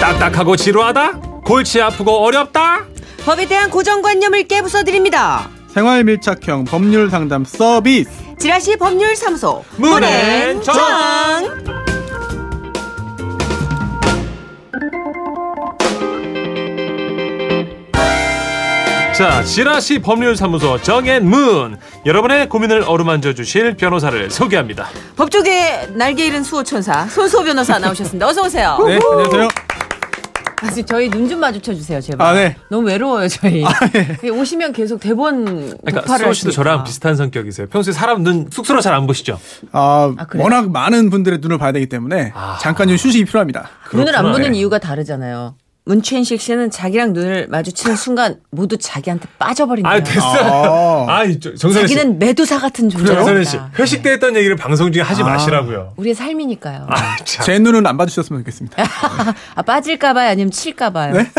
딱딱하고 지루하다? 골치 아프고 어렵다? 법에 대한 고정관념을 깨부숴드립니다. 생활 밀착형 법률 상담 서비스. 지라시 법률사무소 문앤정. 문앤정. 자, 지라시 법률사무소 정앤문 여러분의 고민을 어루만져 주실 변호사를 소개합니다. 법조계 날개 잃은 수호천사 손수호 변호사 나오셨습니다. 어서 오세요. 네, 안녕하세요. 아, 지금 저희 눈 좀 마주쳐 주세요, 제발. 아, 네. 너무 외로워요, 저희. 오시면 계속 대본 아, 네. 그러니까 독파를 수호 씨도 하시니까. 저랑 비슷한 성격이세요. 평소에 사람 눈 쑥스러 잘 안 보시죠? 아, 그래요? 워낙 많은 분들의 눈을 봐야 되기 때문에 아. 잠깐 좀 휴식이 필요합니다. 눈을 안 그렇구나. 보는 네. 이유가 다르잖아요. 문천식 씨는 자기랑 눈을 마주치는 순간 모두 자기한테 빠져버린다. 아, 됐어요. 아. 아, 이 저- 정선혜 씨. 네. 자기는 매도사 같은 정선혜 씨. 존재다. 회식 때 했던 얘기를 방송 중에 아. 하지 마시라고요. 우리의 삶이니까요. 아, 참. 제 눈은 안 봐주셨으면 좋겠습니다. 아, 빠질까봐요, 아니면 칠까봐요. 네?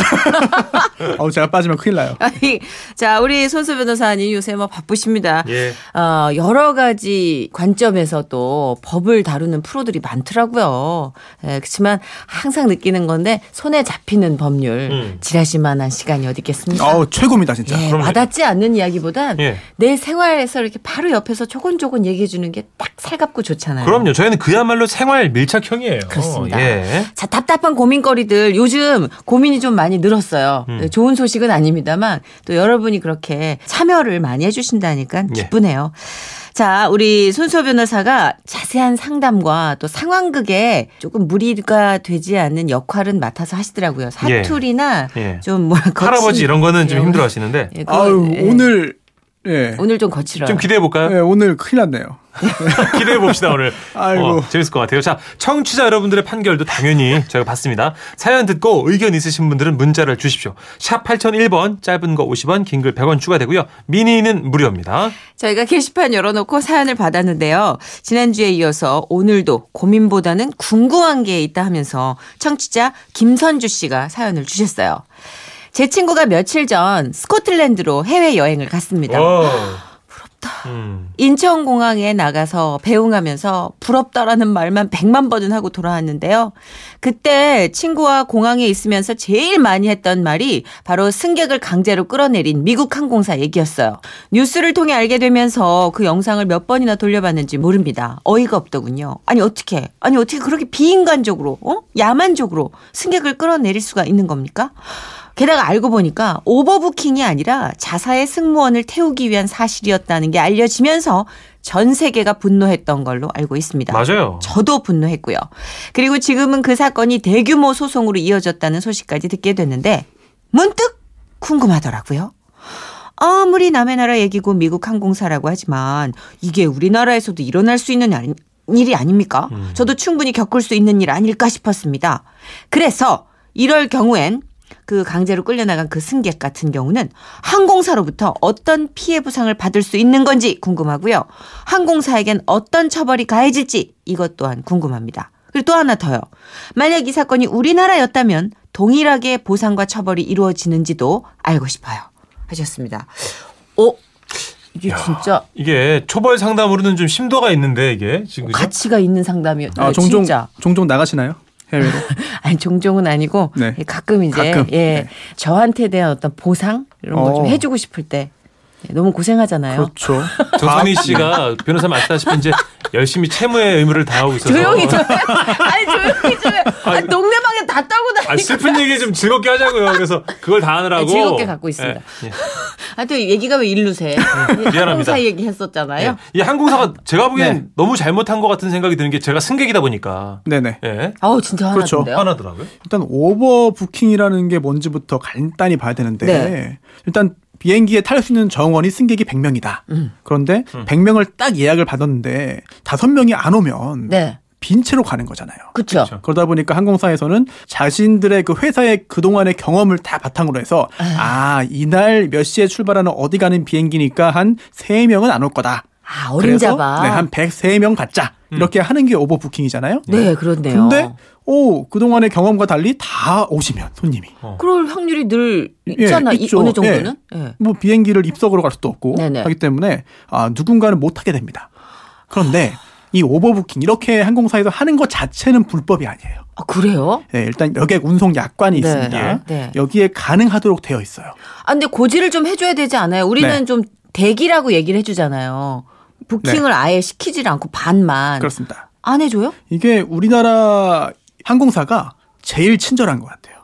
어우, 제가 빠지면 큰일 나요. 아니, 자, 우리 손수 변호사님 요새 뭐 바쁘십니다. 예. 어, 여러 가지 관점에서 또 법을 다루는 프로들이 많더라고요. 예, 그렇지만 항상 느끼는 건데 손에 잡히는 법률 음. 지라시만한 시간이 어디 있겠습니까? 어우, 최고입니다, 진짜. 예, 그럼요. 와닿지 않는 이야기보단 예. 내 생활에서 이렇게 바로 옆에서 조곤조곤 얘기해 주는 게 딱 살갑고 좋잖아요. 그럼요. 저희는 그야말로 생활 밀착형이에요. 그렇습니다. 예. 자, 답답한 고민거리들 요즘 고민이 좀 많이 늘었어요. 음. 네, 좋은 소식은 아닙니다만 또 여러분이 그렇게 참여를 많이 해주신다니까 예. 기쁘네요. 자, 우리 손수호 변호사가 자세한 상담과 또 상황극에 조금 무리가 되지 않는 역할은 맡아서 하시더라고요. 사투리나 예. 좀 뭐랄까. 할아버지 이런 거는 좀 예, 힘들어 하시는데. 예, 그거, 아유, 예. 오늘, 예. 오늘 좀 거칠어요. 좀 기대해 볼까요? 예, 오늘 큰일 났네요. 기대해 봅시다 오늘. 아이고. 어, 재밌을 것 같아요. 자, 청취자 여러분들의 판결도 당연히 저희가 봤습니다. 사연 듣고 의견 있으신 분들은 문자를 주십시오. 샵 8001번 짧은 거 50원, 긴 글 100원 추가되고요. 미니는 무료입니다. 저희가 게시판 열어놓고 사연을 받았는데요. 지난주에 이어서 오늘도 고민보다는 궁금한 게 있다 하면서 청취자 김선주 씨가 사연을 주셨어요. 제 친구가 며칠 전 스코틀랜드로 해외여행을 갔습니다. 부럽다. 음. 인천공항에 나가서 배웅하면서 부럽다라는 말만 백만 번은 하고 돌아왔는데요. 그때 친구와 공항에 있으면서 제일 많이 했던 말이 바로 승객을 강제로 끌어내린 미국 항공사 얘기였어요. 뉴스를 통해 알게 되면서 그 영상을 몇 번이나 돌려봤는지 모릅니다. 어이가 없더군요. 아니 어떻게? 아니 어떻게 그렇게 비인간적으로, 어? 야만적으로 승객을 끌어내릴 수가 있는 겁니까? 게다가 알고 보니까 오버부킹이 아니라 자사의 승무원을 태우기 위한 사실이었다는 게 알려지면서 전 세계가 분노했던 걸로 알고 있습니다. 맞아요. 저도 분노했고요. 그리고 지금은 그 사건이 대규모 소송으로 이어졌다는 소식까지 듣게 됐는데 문득 궁금하더라고요. 아무리 남의 나라 얘기고 미국 항공사라고 하지만 이게 우리나라에서도 일어날 수 있는 아니- 일이 아닙니까? 저도 충분히 겪을 수 있는 일 아닐까 싶었습니다. 그래서 이럴 경우엔 그 강제로 끌려나간 그 승객 같은 경우는 항공사로부터 어떤 피해 보상을 받을 수 있는 건지 궁금하고요. 항공사에겐 어떤 처벌이 가해질지 이것 또한 궁금합니다. 그리고 또 하나 더요. 만약 이 사건이 우리나라였다면 동일하게 보상과 처벌이 이루어지는지도 알고 싶어요. 하셨습니다. 어? 이게 진짜 이게 초벌 상담으로는 좀 심도가 있는데 이게 지금 그죠? 가치가 있는 상담이에요. 아, 종종, 네, 진짜. 종종 나가시나요? 해외로? 아니 종종은 아니고 네. 예, 가끔 이제 가끔. 예 네. 저한테 대한 어떤 보상 이런 거 좀 어. 해주고 싶을 때 예, 너무 고생하잖아요. 그렇죠. 정선희 씨가 변호사 맞다 싶은 이제 열심히 채무의 의무를 다하고 있어서 조용히 좀 해. 아니 조용히 좀 해. 아니, 동네방에 다 따고 다니까. 아, 슬픈 얘기 좀 즐겁게 하자고요. 그래서 그걸 다 하느라고 네, 즐겁게 갖고 있습니다. 예, 예. 하여튼 아, 얘기가 왜 일로 새? 항공사 얘기 했었잖아요. 예. 이 항공사가 제가 보기엔 네. 너무 잘못한 것 같은 생각이 드는 게 제가 승객이다 보니까 네네. 예. 아우 진짜 그렇죠. 화나던데요. 화나더라고요. 일단 오버부킹이라는 게 뭔지부터 간단히 봐야 되는데 네. 일단 비행기에 탈 수 있는 정원이 승객이 100명이다. 음. 그런데 100명을 딱 예약을 받았는데 5명이 안 오면 네, 빈 채로 가는 거잖아요. 그렇죠. 그러다 보니까 항공사에서는 자신들의 그 회사의 그동안의 경험을 다 바탕으로 해서 아, 이날 몇 시에 출발하는 어디 가는 비행기니까 한 3명은 안 올 거다. 아 어림잡아. 그래서 네, 한 103명 받자. 이렇게 하는 게 오버부킹이잖아요. 네, 그렇네요. 근데 오 그동안의 경험과 달리 다 오시면 손님이 그럴 확률이 늘 어. 예, 있잖아. 이, 있죠. 어느 정도는. 예. 예. 뭐 비행기를 입석으로 갈 수도 없고 네네. 하기 때문에 아 누군가는 못 하게 됩니다. 그런데 이 오버부킹 이렇게 항공사에서 하는 것 자체는 불법이 아니에요. 아, 그래요? 네, 일단 여객 운송 약관이 네, 있습니다. 네. 여기에 가능하도록 되어 있어요. 아, 근데 고지를 좀 해줘야 되지 않아요? 우리는 네. 좀 대기라고 얘기를 해주잖아요. 부킹을 아예 시키질 않고 반만. 그렇습니다. 안 해줘요? 이게 우리나라 항공사가 제일 친절한 것 같아요.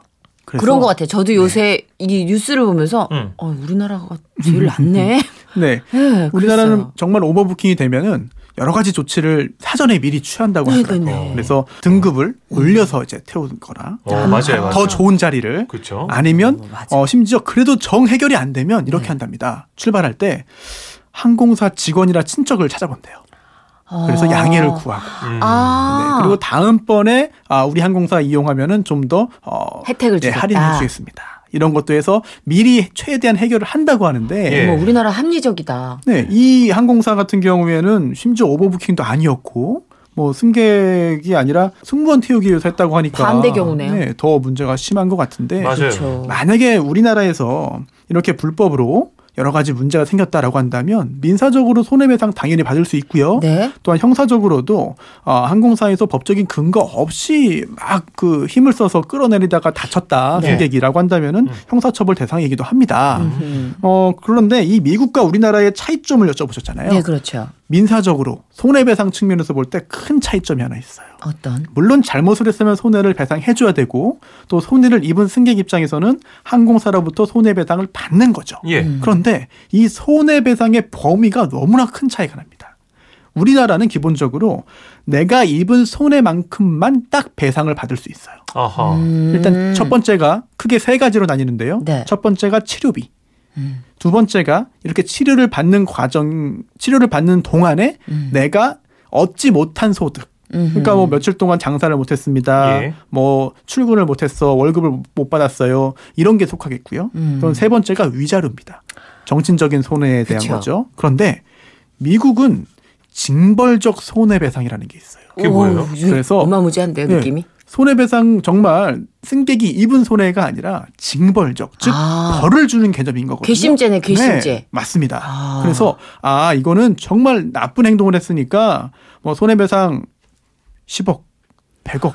그래서 네. 그런 것 같아요. 저도 요새 이 뉴스를 보면서 음. 어, 우리나라가 제일 낫네. 네, 네, 우리나라는 그랬어요. 정말 오버부킹이 되면은 여러 가지 조치를 사전에 미리 취한다고 네, 하더라고요. 네, 네. 그래서 등급을 올려서 이제 태우는 거나 어, 맞아요, 맞아요. 더 좋은 자리를 그렇죠. 아니면 어, 맞아. 어, 심지어 그래도 정 해결이 안 되면 이렇게 네. 한답니다. 출발할 때 항공사 직원이라 친척을 찾아본대요. 아. 그래서 양해를 구하고. 음. 아. 네, 그리고 다음번에 아, 우리 항공사 이용하면은 좀 더 어, 혜택을 네, 주겠다. 할인해 주겠습니다. 이런 것도 해서 미리 최대한 해결을 한다고 하는데 예. 어머, 우리나라 합리적이다. 네, 이 항공사 같은 경우에는 심지어 오버부킹도 아니었고 뭐 승객이 아니라 승무원 태우기 위해서 했다고 하니까 반대 경우네요. 네, 더 문제가 심한 것 같은데 맞아요. 그렇죠. 만약에 우리나라에서 이렇게 불법으로 여러 가지 문제가 생겼다라고 한다면 민사적으로 손해배상 당연히 받을 수 있고요. 네. 또한 형사적으로도 어, 항공사에서 법적인 근거 없이 막 그 힘을 써서 끌어내리다가 다쳤다 네. 승객이라고 한다면은 음. 형사처벌 대상이기도 합니다. 음. 어 그런데 이 미국과 우리나라의 차이점을 여쭤보셨잖아요. 네, 그렇죠. 민사적으로 손해배상 측면에서 볼 때 큰 차이점이 하나 있어요. 어떤? 물론 잘못을 했으면 손해를 배상해줘야 되고 또 손해를 입은 승객 입장에서는 항공사로부터 손해배상을 받는 거죠. 예. 음. 그런데 이 손해배상의 범위가 너무나 큰 차이가 납니다. 우리나라는 기본적으로 내가 입은 손해만큼만 딱 배상을 받을 수 있어요. 아하. 음. 일단 첫 번째가 크게 세 가지로 나뉘는데요. 네. 첫 번째가 치료비. 음. 두 번째가 이렇게 치료를 받는 과정, 치료를 받는 동안에 음. 내가 얻지 못한 소득. 음흠. 그러니까 뭐 며칠 동안 장사를 못했습니다. 예. 뭐 출근을 못했어, 월급을 못 받았어요. 이런 게 속하겠고요. 음. 그럼 세 번째가 위자료입니다. 정신적인 손해에 대한 그쵸. 거죠. 그런데 미국은 징벌적 손해배상이라는 게 있어요. 그게 뭐예요? 오, 이게 그래서- 어마무지한데요, 네. 느낌이. 손해배상 정말 승객이 입은 손해가 아니라 징벌적 즉 아. 벌을 주는 개념인 거거든요. 괘씸죄네, 괘씸죄. 네, 맞습니다. 아. 그래서 아 이거는 정말 나쁜 행동을 했으니까 뭐 손해배상 10억, 100억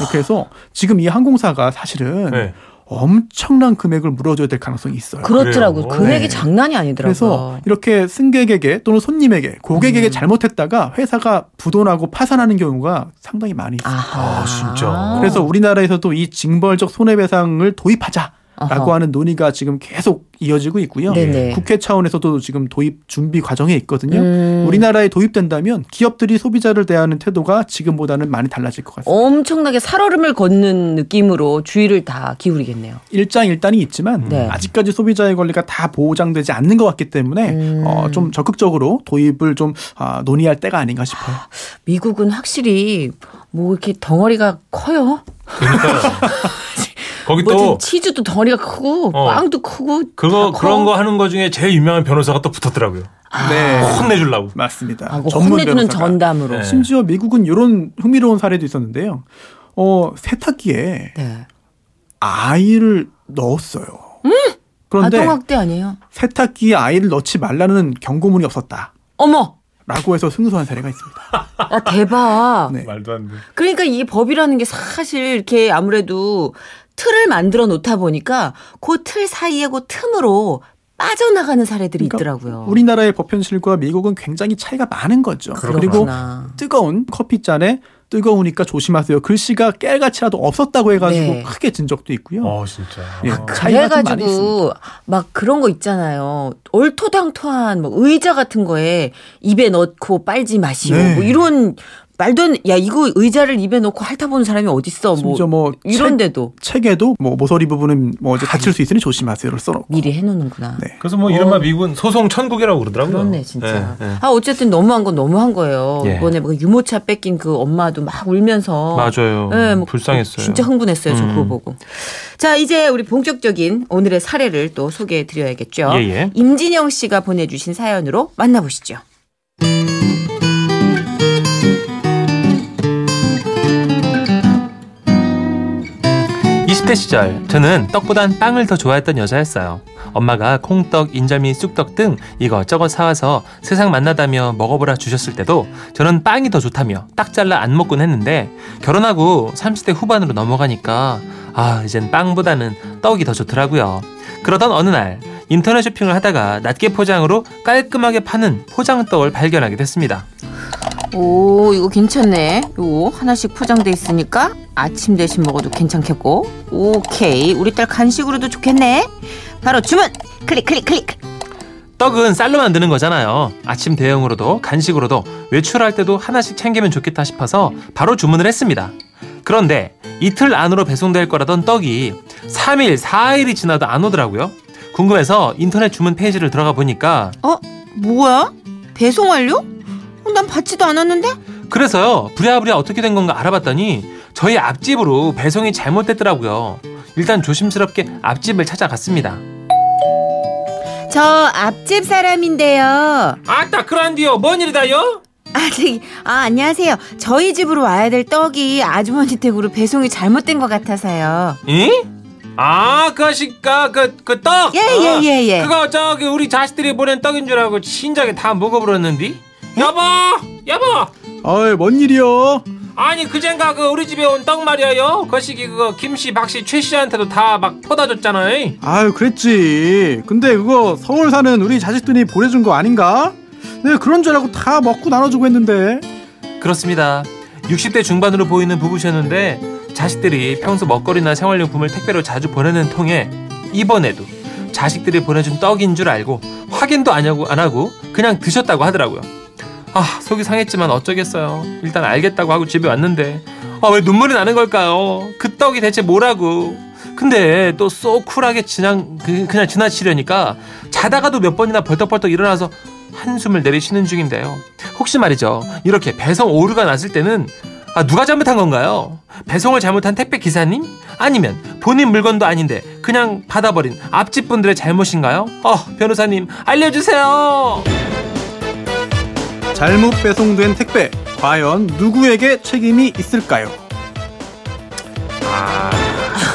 이렇게 해서 지금 이 항공사가 사실은 네. 엄청난 금액을 물어줘야 될 가능성이 있어요. 아, 그렇더라고. 그래요? 금액이 네. 장난이 아니더라고요. 그래서 이렇게 승객에게 또는 손님에게 고객에게 음. 잘못했다가 회사가 부도나고 파산하는 경우가 상당히 많이 있어요. 아하. 아, 진짜. 그래서 우리나라에서도 이 징벌적 손해배상을 도입하자라고 아하. 하는 논의가 지금 계속 이어지고 있고요. 네네. 국회 차원에서도 지금 도입 준비 과정에 있거든요. 음. 우리나라에 도입된다면 기업들이 소비자를 대하는 태도가 지금보다는 많이 달라질 것 어? 같습니다. 엄청나게 살얼음을 걷는 느낌으로 주의를 다 기울이겠네요. 일장일단이 있지만 네. 아직까지 소비자의 권리가 다 보장되지 않는 것 같기 때문에 음. 어, 좀 적극적으로 도입을 좀 아, 논의할 때가 아닌가 싶어요. 미국은 확실히 뭐 이렇게 덩어리가 커요. 거기 뭐든 또 치즈도 덩어리가 크고 어. 빵도 크고 그거 다 커. 그런 거 하는 거 중에 제일 유명한 변호사가 또 붙었더라고요. 네. 혼내주려고. 맞습니다. 아, 그 전문 혼내주는 변호사가. 전담으로. 네. 심지어 미국은 이런 흥미로운 사례도 있었는데요. 어, 세탁기에 네. 아이를 넣었어요. 그런데 음! 아동학대 아니에요? 세탁기에 아이를 넣지 말라는 경고문이 없었다. 어머, 라고 해서 승소한 사례가 있습니다. 아 대박. 네. 말도 안 돼. 그러니까 이게 법이라는 게 사실 이렇게 아무래도 틀을 만들어 놓다 보니까 그 틀 사이에 그 틈으로 빠져나가는 사례들이 그러니까 있더라고요. 우리나라의 법 현실과 미국은 굉장히 차이가 많은 거죠. 리고 어. 그렇구나. 뜨거운 커피잔에 뜨거우니까 조심하세요. 글씨가 깨알같이라도 없었다고 해가지고 네. 아, 크게 진 적도 있고요. 어, 진짜. 예, 어. 차이가 좀 많이 있습니다. 그래가지고 막 그런 거 있잖아요. 얼토당토한 뭐 의자 같은 거에 입에 넣고 빨지 마시오. 네. 뭐 이런 말도 안- 야 이거 의자를 입에 넣고 핥아보는 사람이 어딨어. 뭐 심지어 뭐 책, 이런데도 아, 책에도 뭐 모서리 부분은 뭐 이제 다칠 수 있으니 조심하세요를 써놓고 미리 해놓는구나. 네. 그래서 뭐 이런 말 미국은 소송 천국이라고 그러더라고요. 어. 그렇네 진짜. 예, 예. 아 어쨌든 너무한 건 너무한 거예요. 예. 이번에 그 유모차 뺏긴 그 엄마도 막 울면서 맞아요. 음, 예, 뭐 불쌍했어요. 진짜 흥분했어요. 저 음. 그거 보고. 자, 이제 우리 본격적인 오늘의 사례를 또 소개해 드려야겠죠. 예, 예. 임진영 씨가 보내주신 사연으로 만나보시죠. 이십 대 시절 저는 떡보단 빵을 더 좋아했던 여자였어요. 엄마가 콩떡, 인절미, 쑥떡 등 이것저것 사와서 세상 만나다며 먹어보라 주셨을 때도 저는 빵이 더 좋다며 딱 잘라 안 먹곤 했는데 결혼하고 30대 후반으로 넘어가니까 아 이젠 빵보다는 떡이 더 좋더라고요. 그러던 어느 날 인터넷 쇼핑을 하다가 낱개 포장으로 깔끔하게 파는 포장떡을 발견하게 됐습니다. 오 이거 괜찮네 이거 하나씩 포장돼 있으니까 아침 대신 먹어도 괜찮겠고 오케이 우리 딸 간식으로도 좋겠네 바로 주문 클릭 클릭 클릭 떡은 쌀로 만드는 거잖아요. 아침 대용으로도 간식으로도 외출할 때도 하나씩 챙기면 좋겠다 싶어서 바로 주문을 했습니다. 그런데 이틀 안으로 배송될 거라던 떡이 3일, 4일이 지나도 안 오더라고요. 궁금해서 인터넷 주문 페이지를 들어가 보니까 어 뭐야 배송 완료? 어, 난 받지도 않았는데 그래서요 부랴부랴 어떻게 된 건가 알아봤더니 저희 앞집으로 배송이 잘못됐더라고요. 일단 조심스럽게 앞집을 찾아갔습니다. 저 앞집 사람인데요 아따 그란디요 뭔 일이다요? 아, 저기, 아, 안녕하세요. 저희 집으로 와야 될 떡이 아주머니 댁으로 배송이 잘못된 것 같아서요. 이? 아, 그것이까 그그 떡. 어. 예, 예, 예, 예. 아, 그거 저기 우리 자식들이 보낸 떡인 줄 알고 신작에 다 먹어버렸는디. 여보, 여보. 어이 뭔 일이요? 아니 그젠가 그 우리 집에 온 떡 말이에요. 거시기 그거 김씨, 박씨, 최씨한테도 다 막 퍼다줬잖아요. 아유 그랬지. 근데 그거 서울 사는 우리 자식들이 보내준 거 아닌가? 내가 그런 줄 알고 다 먹고 나눠주고 했는데. 그렇습니다. 60대 중반으로 보이는 부부셨는데 자식들이 평소 먹거리나 생활용품을 택배로 자주 보내는 통에 이번에도 자식들이 보내준 떡인 줄 알고 확인도 안 하고 안 하고 그냥 드셨다고 하더라고요. 아 속이 상했지만 어쩌겠어요. 일단 알겠다고 하고 집에 왔는데 아 왜 눈물이 나는 걸까요? 그 떡이 대체 뭐라고? 근데 또 쏘 쿨하게 그냥 그, 그냥 지나치려니까 자다가도 몇 번이나 벌떡벌떡 일어나서 한숨을 내리시는 중인데요. 혹시 말이죠. 이렇게 배송 오류가 났을 때는 아, 누가 잘못한 건가요? 배송을 잘못한 택배 기사님? 아니면 본인 물건도 아닌데 그냥 받아버린 앞집 분들의 잘못인가요? 어, 변호사님 알려주세요. 잘못 배송된 택배 과연 누구에게 책임이 있을까요?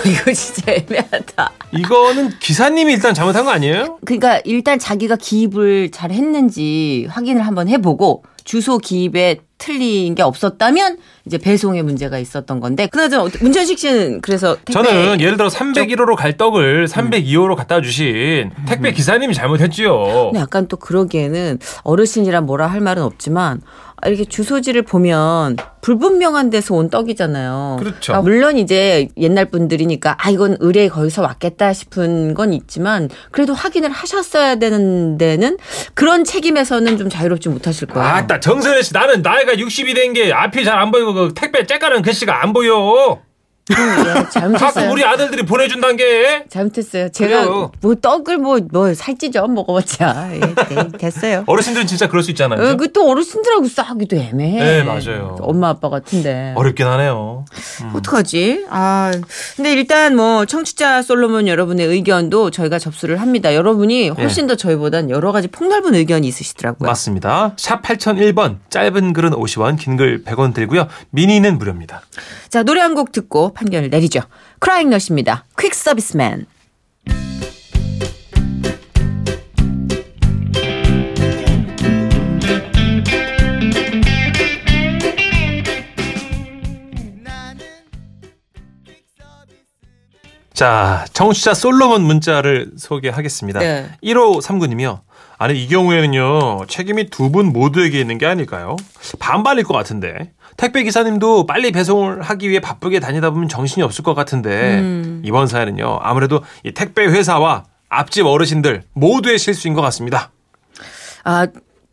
이거 진짜 애매하다. 이거는 기사님이 일단 잘못한 거 아니에요? 그러니까 일단 자기가 기입을 잘 했는지 확인을 한번 해보고 주소 기입에 틀린 게 없었다면 이제 배송에 문제가 있었던 건데 그나저나 어때- 문천식 씨는 그래서 택배 저는 예를 들어 301호로 갈 떡을 302호로 갖다 주신 택배 기사님이 잘못했지요. 근데 약간 또 그러기에는 어르신이라 뭐라 할 말은 없지만 아, 이렇게 주소지를 보면 불분명한 데서 온 떡이잖아요. 그렇죠. 아, 물론 이제 옛날 분들이니까 아 이건 의뢰 거기서 왔겠다 싶은 건 있지만 그래도 확인을 하셨어야 되는 데는 그런 책임에서는 좀 자유롭지 못하실 거예요. 아따 정선혜 씨 나는 나이가 60이 된 게 앞이 잘 안 보이고 그 택배 째까는 글씨가 안 보여. 예, 자꾸 잘못했어요. 우리 아들들이 보내준단 게 잘못했어요. 제가 그래요. 뭐 떡을 뭐 뭐 살찌죠 먹어봤자 예, 네, 됐어요. 어르신들은 진짜 그럴 수 있잖아요. 그죠? 그 또 어르신들하고 싸우기도 애매해. 네, 맞아요. 엄마 아빠 같은데. 어렵긴 하네요. 어떡하지? 아, 근데 일단 뭐 청취자 솔로몬 여러분의 의견도 저희가 접수를 합니다. 여러분이 훨씬 더 저희보단 여러 가지 폭넓은 의견이 있으시더라고요. 맞습니다. 샵 8001번 짧은 글은 50원 긴 글 100원 들고요. 미니는 무료입니다. 자, 노래 한 곡 듣고 판결을 내리죠. 크라잉 넛입니다. 퀵 서비스맨. 자, 청취자 솔로몬 문자를 소개하겠습니다. 네. 1호 3구님이요. 아니 이 경우에는요 책임이 두 분 모두에게 있는 게 아닐까요? 반반일 것 같은데 택배 기사님도 빨리 배송을 하기 위해 바쁘게 다니다 보면 정신이 없을 것 같은데 이번 사연은요 아무래도 이 택배 회사와 앞집 어르신들 모두의 실수인 것 같습니다. 아,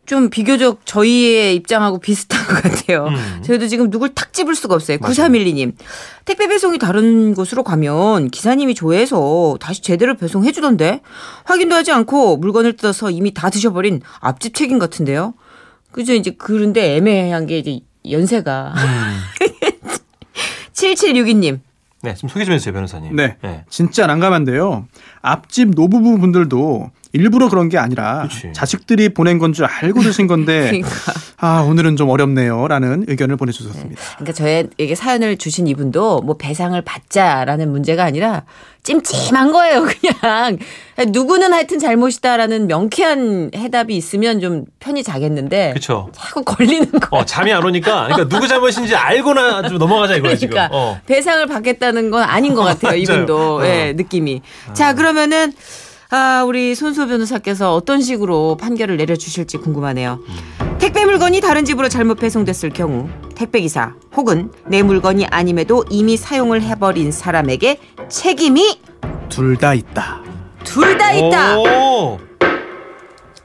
좀 비교적 저희의 입장하고 비슷한 것 같아요. 저희도 지금 누굴 탁 집을 수가 없어요. 음. 맞아요. 9412님. 택배 배송이 다른 곳으로 가면 기사님이 조회해서 다시 제대로 배송해주던데 확인도 하지 않고 물건을 뜯어서 이미 다 드셔버린 앞집 책임 같은데요. 그죠? 이제 그런데 애매한 게 이제 연세가. 음. 7762님. 네, 좀 소개 좀 해주세요 변호사님. 네. 진짜 난감한데요. 앞집 노부부 분들도 일부러 그런 게 아니라 그치. 자식들이 보낸 건 줄 알고 드신 건데 네. 아 오늘은 좀 어렵네요라는 의견을 보내주셨습니다. 그러니까 저에게 사연을 주신 이분도 뭐 배상을 받자라는 문제가 아니라 찜찜한 거예요, 그냥. 누구는 하여튼 잘못이다라는 명쾌한 해답이 있으면 좀 편히 자겠는데 그쵸. 자꾸 걸리는 거. 어, 잠이 안 오니까. 그러니까 누구 잘못인지 알고나 좀 넘어가자 이거야, 지금. 그러니까 어. 배상을 받겠다는 건 아닌 것 같아요. 맞아요. 이분도 어. 예, 느낌이. 자 그러면은 아, 우리 손소 변호사께서 어떤 식으로 판결을 내려주실지 궁금하네요. 택배 물건이 다른 집으로 잘못 배송됐을 경우 택배 기사 혹은 내 물건이 아님에도 이미 사용을 해버린 사람에게 책임이 둘 다 있다. 둘 다 아, 있다. 오,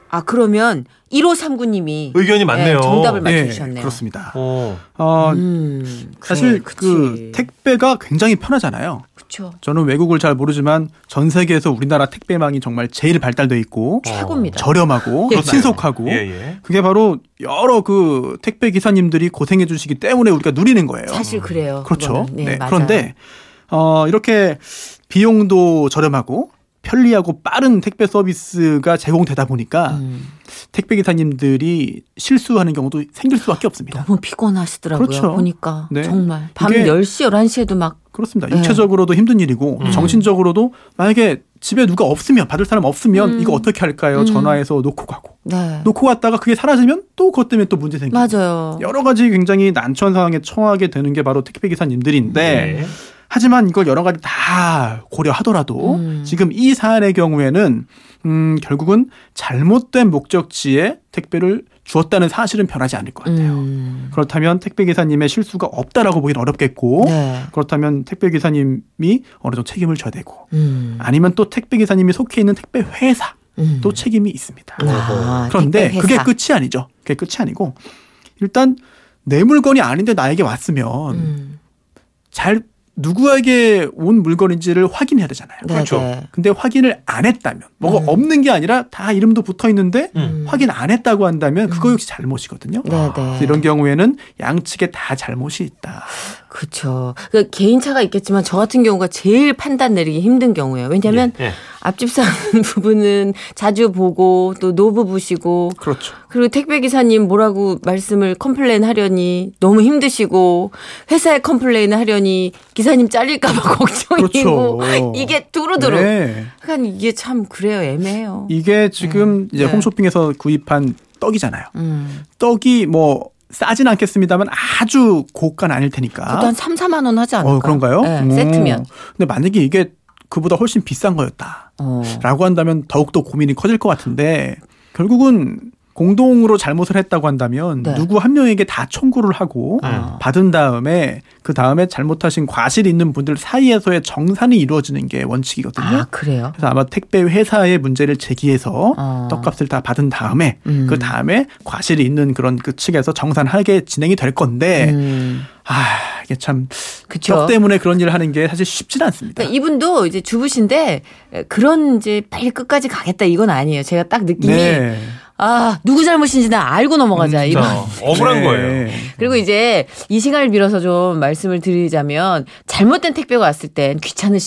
아 그러면 1539님이 의견이 많네요. 정답을 예, 맞춰주셨네요. 그렇습니다. 오. 어, 음, 그래, 사실 그 그치. 택배가 어, 굉장히 편하잖아요. 그쵸. 저는 외국을 잘 모르지만 전 세계에서 우리나라 택배망이 정말 제일 발달돼 있고 최고입니다. 저렴하고 그렇죠. 신속하고 예, 예. 그게 바로 여러 그 택배 기사님들이 고생해 주시기 때문에 우리가 누리는 거예요. 사실 그래요. 그렇죠. 그거는. 네, 예, 맞아요. 그런데 어, 이렇게 비용도 저렴하고 편리하고 빠른 택배 서비스가 제공되다 보니까 음, 택배 기사님들이 실수하는 경우도 생길 수밖에 없습니다. 너무 피곤하시더라고요. 그렇죠. 보니까 네. 정말 밤 이게- 10시 11시에도 막 그렇습니다. 네. 육체적으로도 힘든 일이고 음. 정신적으로도 만약에 집에 누가 없으면 받을 사람 없으면 음. 이거 어떻게 할까요? 음. 전화해서 놓고 가고 네. 놓고 갔다가 그게 사라지면 또 그것 때문에 또 문제 생기고 맞아요. 여러 가지 굉장히 난처한 상황에 처하게 되는 게 바로 택배 기사님들인데 네. 하지만 이걸 여러 가지 다 고려하더라도 음. 지금 이 사안의 경우에는 음, 결국은 잘못된 목적지에 택배를 주었다는 사실은 변하지 않을 것 같아요. 음. 그렇다면 택배 기사님의 실수가 없다라고 보기는 어렵겠고 네. 그렇다면 택배 기사님이 어느 정도 책임을 져야 되고 음. 아니면 또 택배 기사님이 속해 있는 택배 회사 음. 또 책임이 있습니다. 아, 그런데 택배 그게 회사. 끝이 아니죠. 그게 끝이 아니고 일단 내 물건이 아닌데 나에게 왔으면 음. 잘 누구에게 온 물건인지를 확인해야 되잖아요. 네, 그렇죠. 네. 근데 확인을 안 했다면 뭐가 음. 없는 게 아니라 다 이름도 붙어 있는데 음. 확인 안 했다고 한다면 그거 역시 잘못이거든요. 음. 네, 네. 그래서 이런 경우에는 양측에 다 잘못이 있다. 그렇죠. 그 개인차가 있겠지만 저 같은 경우가 제일 판단 내리기 힘든 경우예요. 왜냐하면 예. 앞집 사는 부부는 자주 보고 또 노부부시고 그렇죠. 그리고 택배 기사님 뭐라고 말씀을 컴플레인 하려니 너무 힘드시고 회사에 컴플레인 하려니 기사님 잘릴까봐 걱정이고 그렇죠. 이게 두루두루. 네. 약간 이게 참 그래요 애매해요. 이게 지금 이제 네. 홈쇼핑에서 구입한 떡이잖아요. 음. 떡이 뭐 싸진 않겠습니다만 아주 고가는 아닐 그것도 테니까. 한 3, 4만 원 하지 않을까? 어, 그런가요? 네, 음. 세트면. 근데 만약에 이게 그보다 훨씬 비싼 거였다. 어. 라고 한다면 더욱더 고민이 커질 것 같은데 결국은 공동으로 잘못을 했다고 한다면 네. 아. 누구 한 명에게 다 청구를 하고 음. 받은 다음에 그 다음에 잘못하신 과실이 있는 분들 사이에서의 정산이 이루어지는 게 원칙이거든요. 아 그래요? 그래서 아마 택배 회사의 문제를 제기해서 어. 떡값을 다 받은 다음에 음. 그 다음에 과실이 있는 그런 그 측에서 정산하게 진행이 될 건데 음. 아 이게 참 그쵸. 적 때문에 그런 일을 하는 게 사실 쉽진 않습니다. 그러니까 이분도 이제 주부신데 그런 이제 빨리 끝까지 가겠다 이건 아니에요. 제가 딱 느낌이 네. 아 누구 잘못인지 나 알고 넘어가자 음, 이런. 자, 억울한 네. 거예요. 그리고 이제 이 시간을 빌어서 좀 말씀을 드리자면 잘못된 택배가 왔을 땐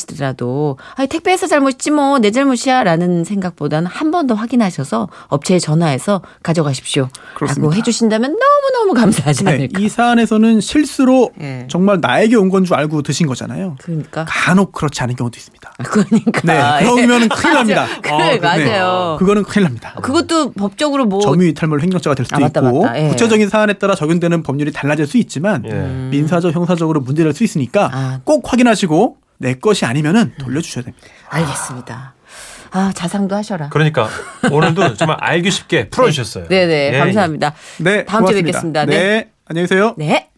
귀찮으시더라도 아 택배에서 잘못지 뭐 내 잘못이야라는 생각보다는 한 번 더 확인하셔서 업체에 전화해서 가져가십시오라고 그렇습니다. 해주신다면 너무 너무 감사하지 네, 않을까. 이 사안에서는 실수로 예. 정말 나에게 온 건 줄 알고 드신 거잖아요. 그러니까 간혹 그렇지 않은 경우도 있습니다. 그러니까 네, 그러면 큰일 납니다. 그래, 어, 그렇네요. 맞아요. 그거는 큰일 납니다. 그것도 법적으로 뭐 점유이탈물 횡령죄가 될 수도 아, 맞다, 있고 맞다. 예. 구체적인 사안에 따라 적용되는 법률이 달라질 수 있지만 예. 민사적 형사적으로 문제될 수 있으니까 음. 아. 꼭 확인하시고 내 것이 아니면은 돌려주셔야 됩니다. 알겠습니다. 아 자상도 하셔라. 그러니까 오늘도 정말 알기 쉽게 풀어주셨어요. 네네 예, 예. 감사합니다. 네, 다음 주에 고맙습니다. 뵙겠습니다. 네, 안녕히 계세요. 네.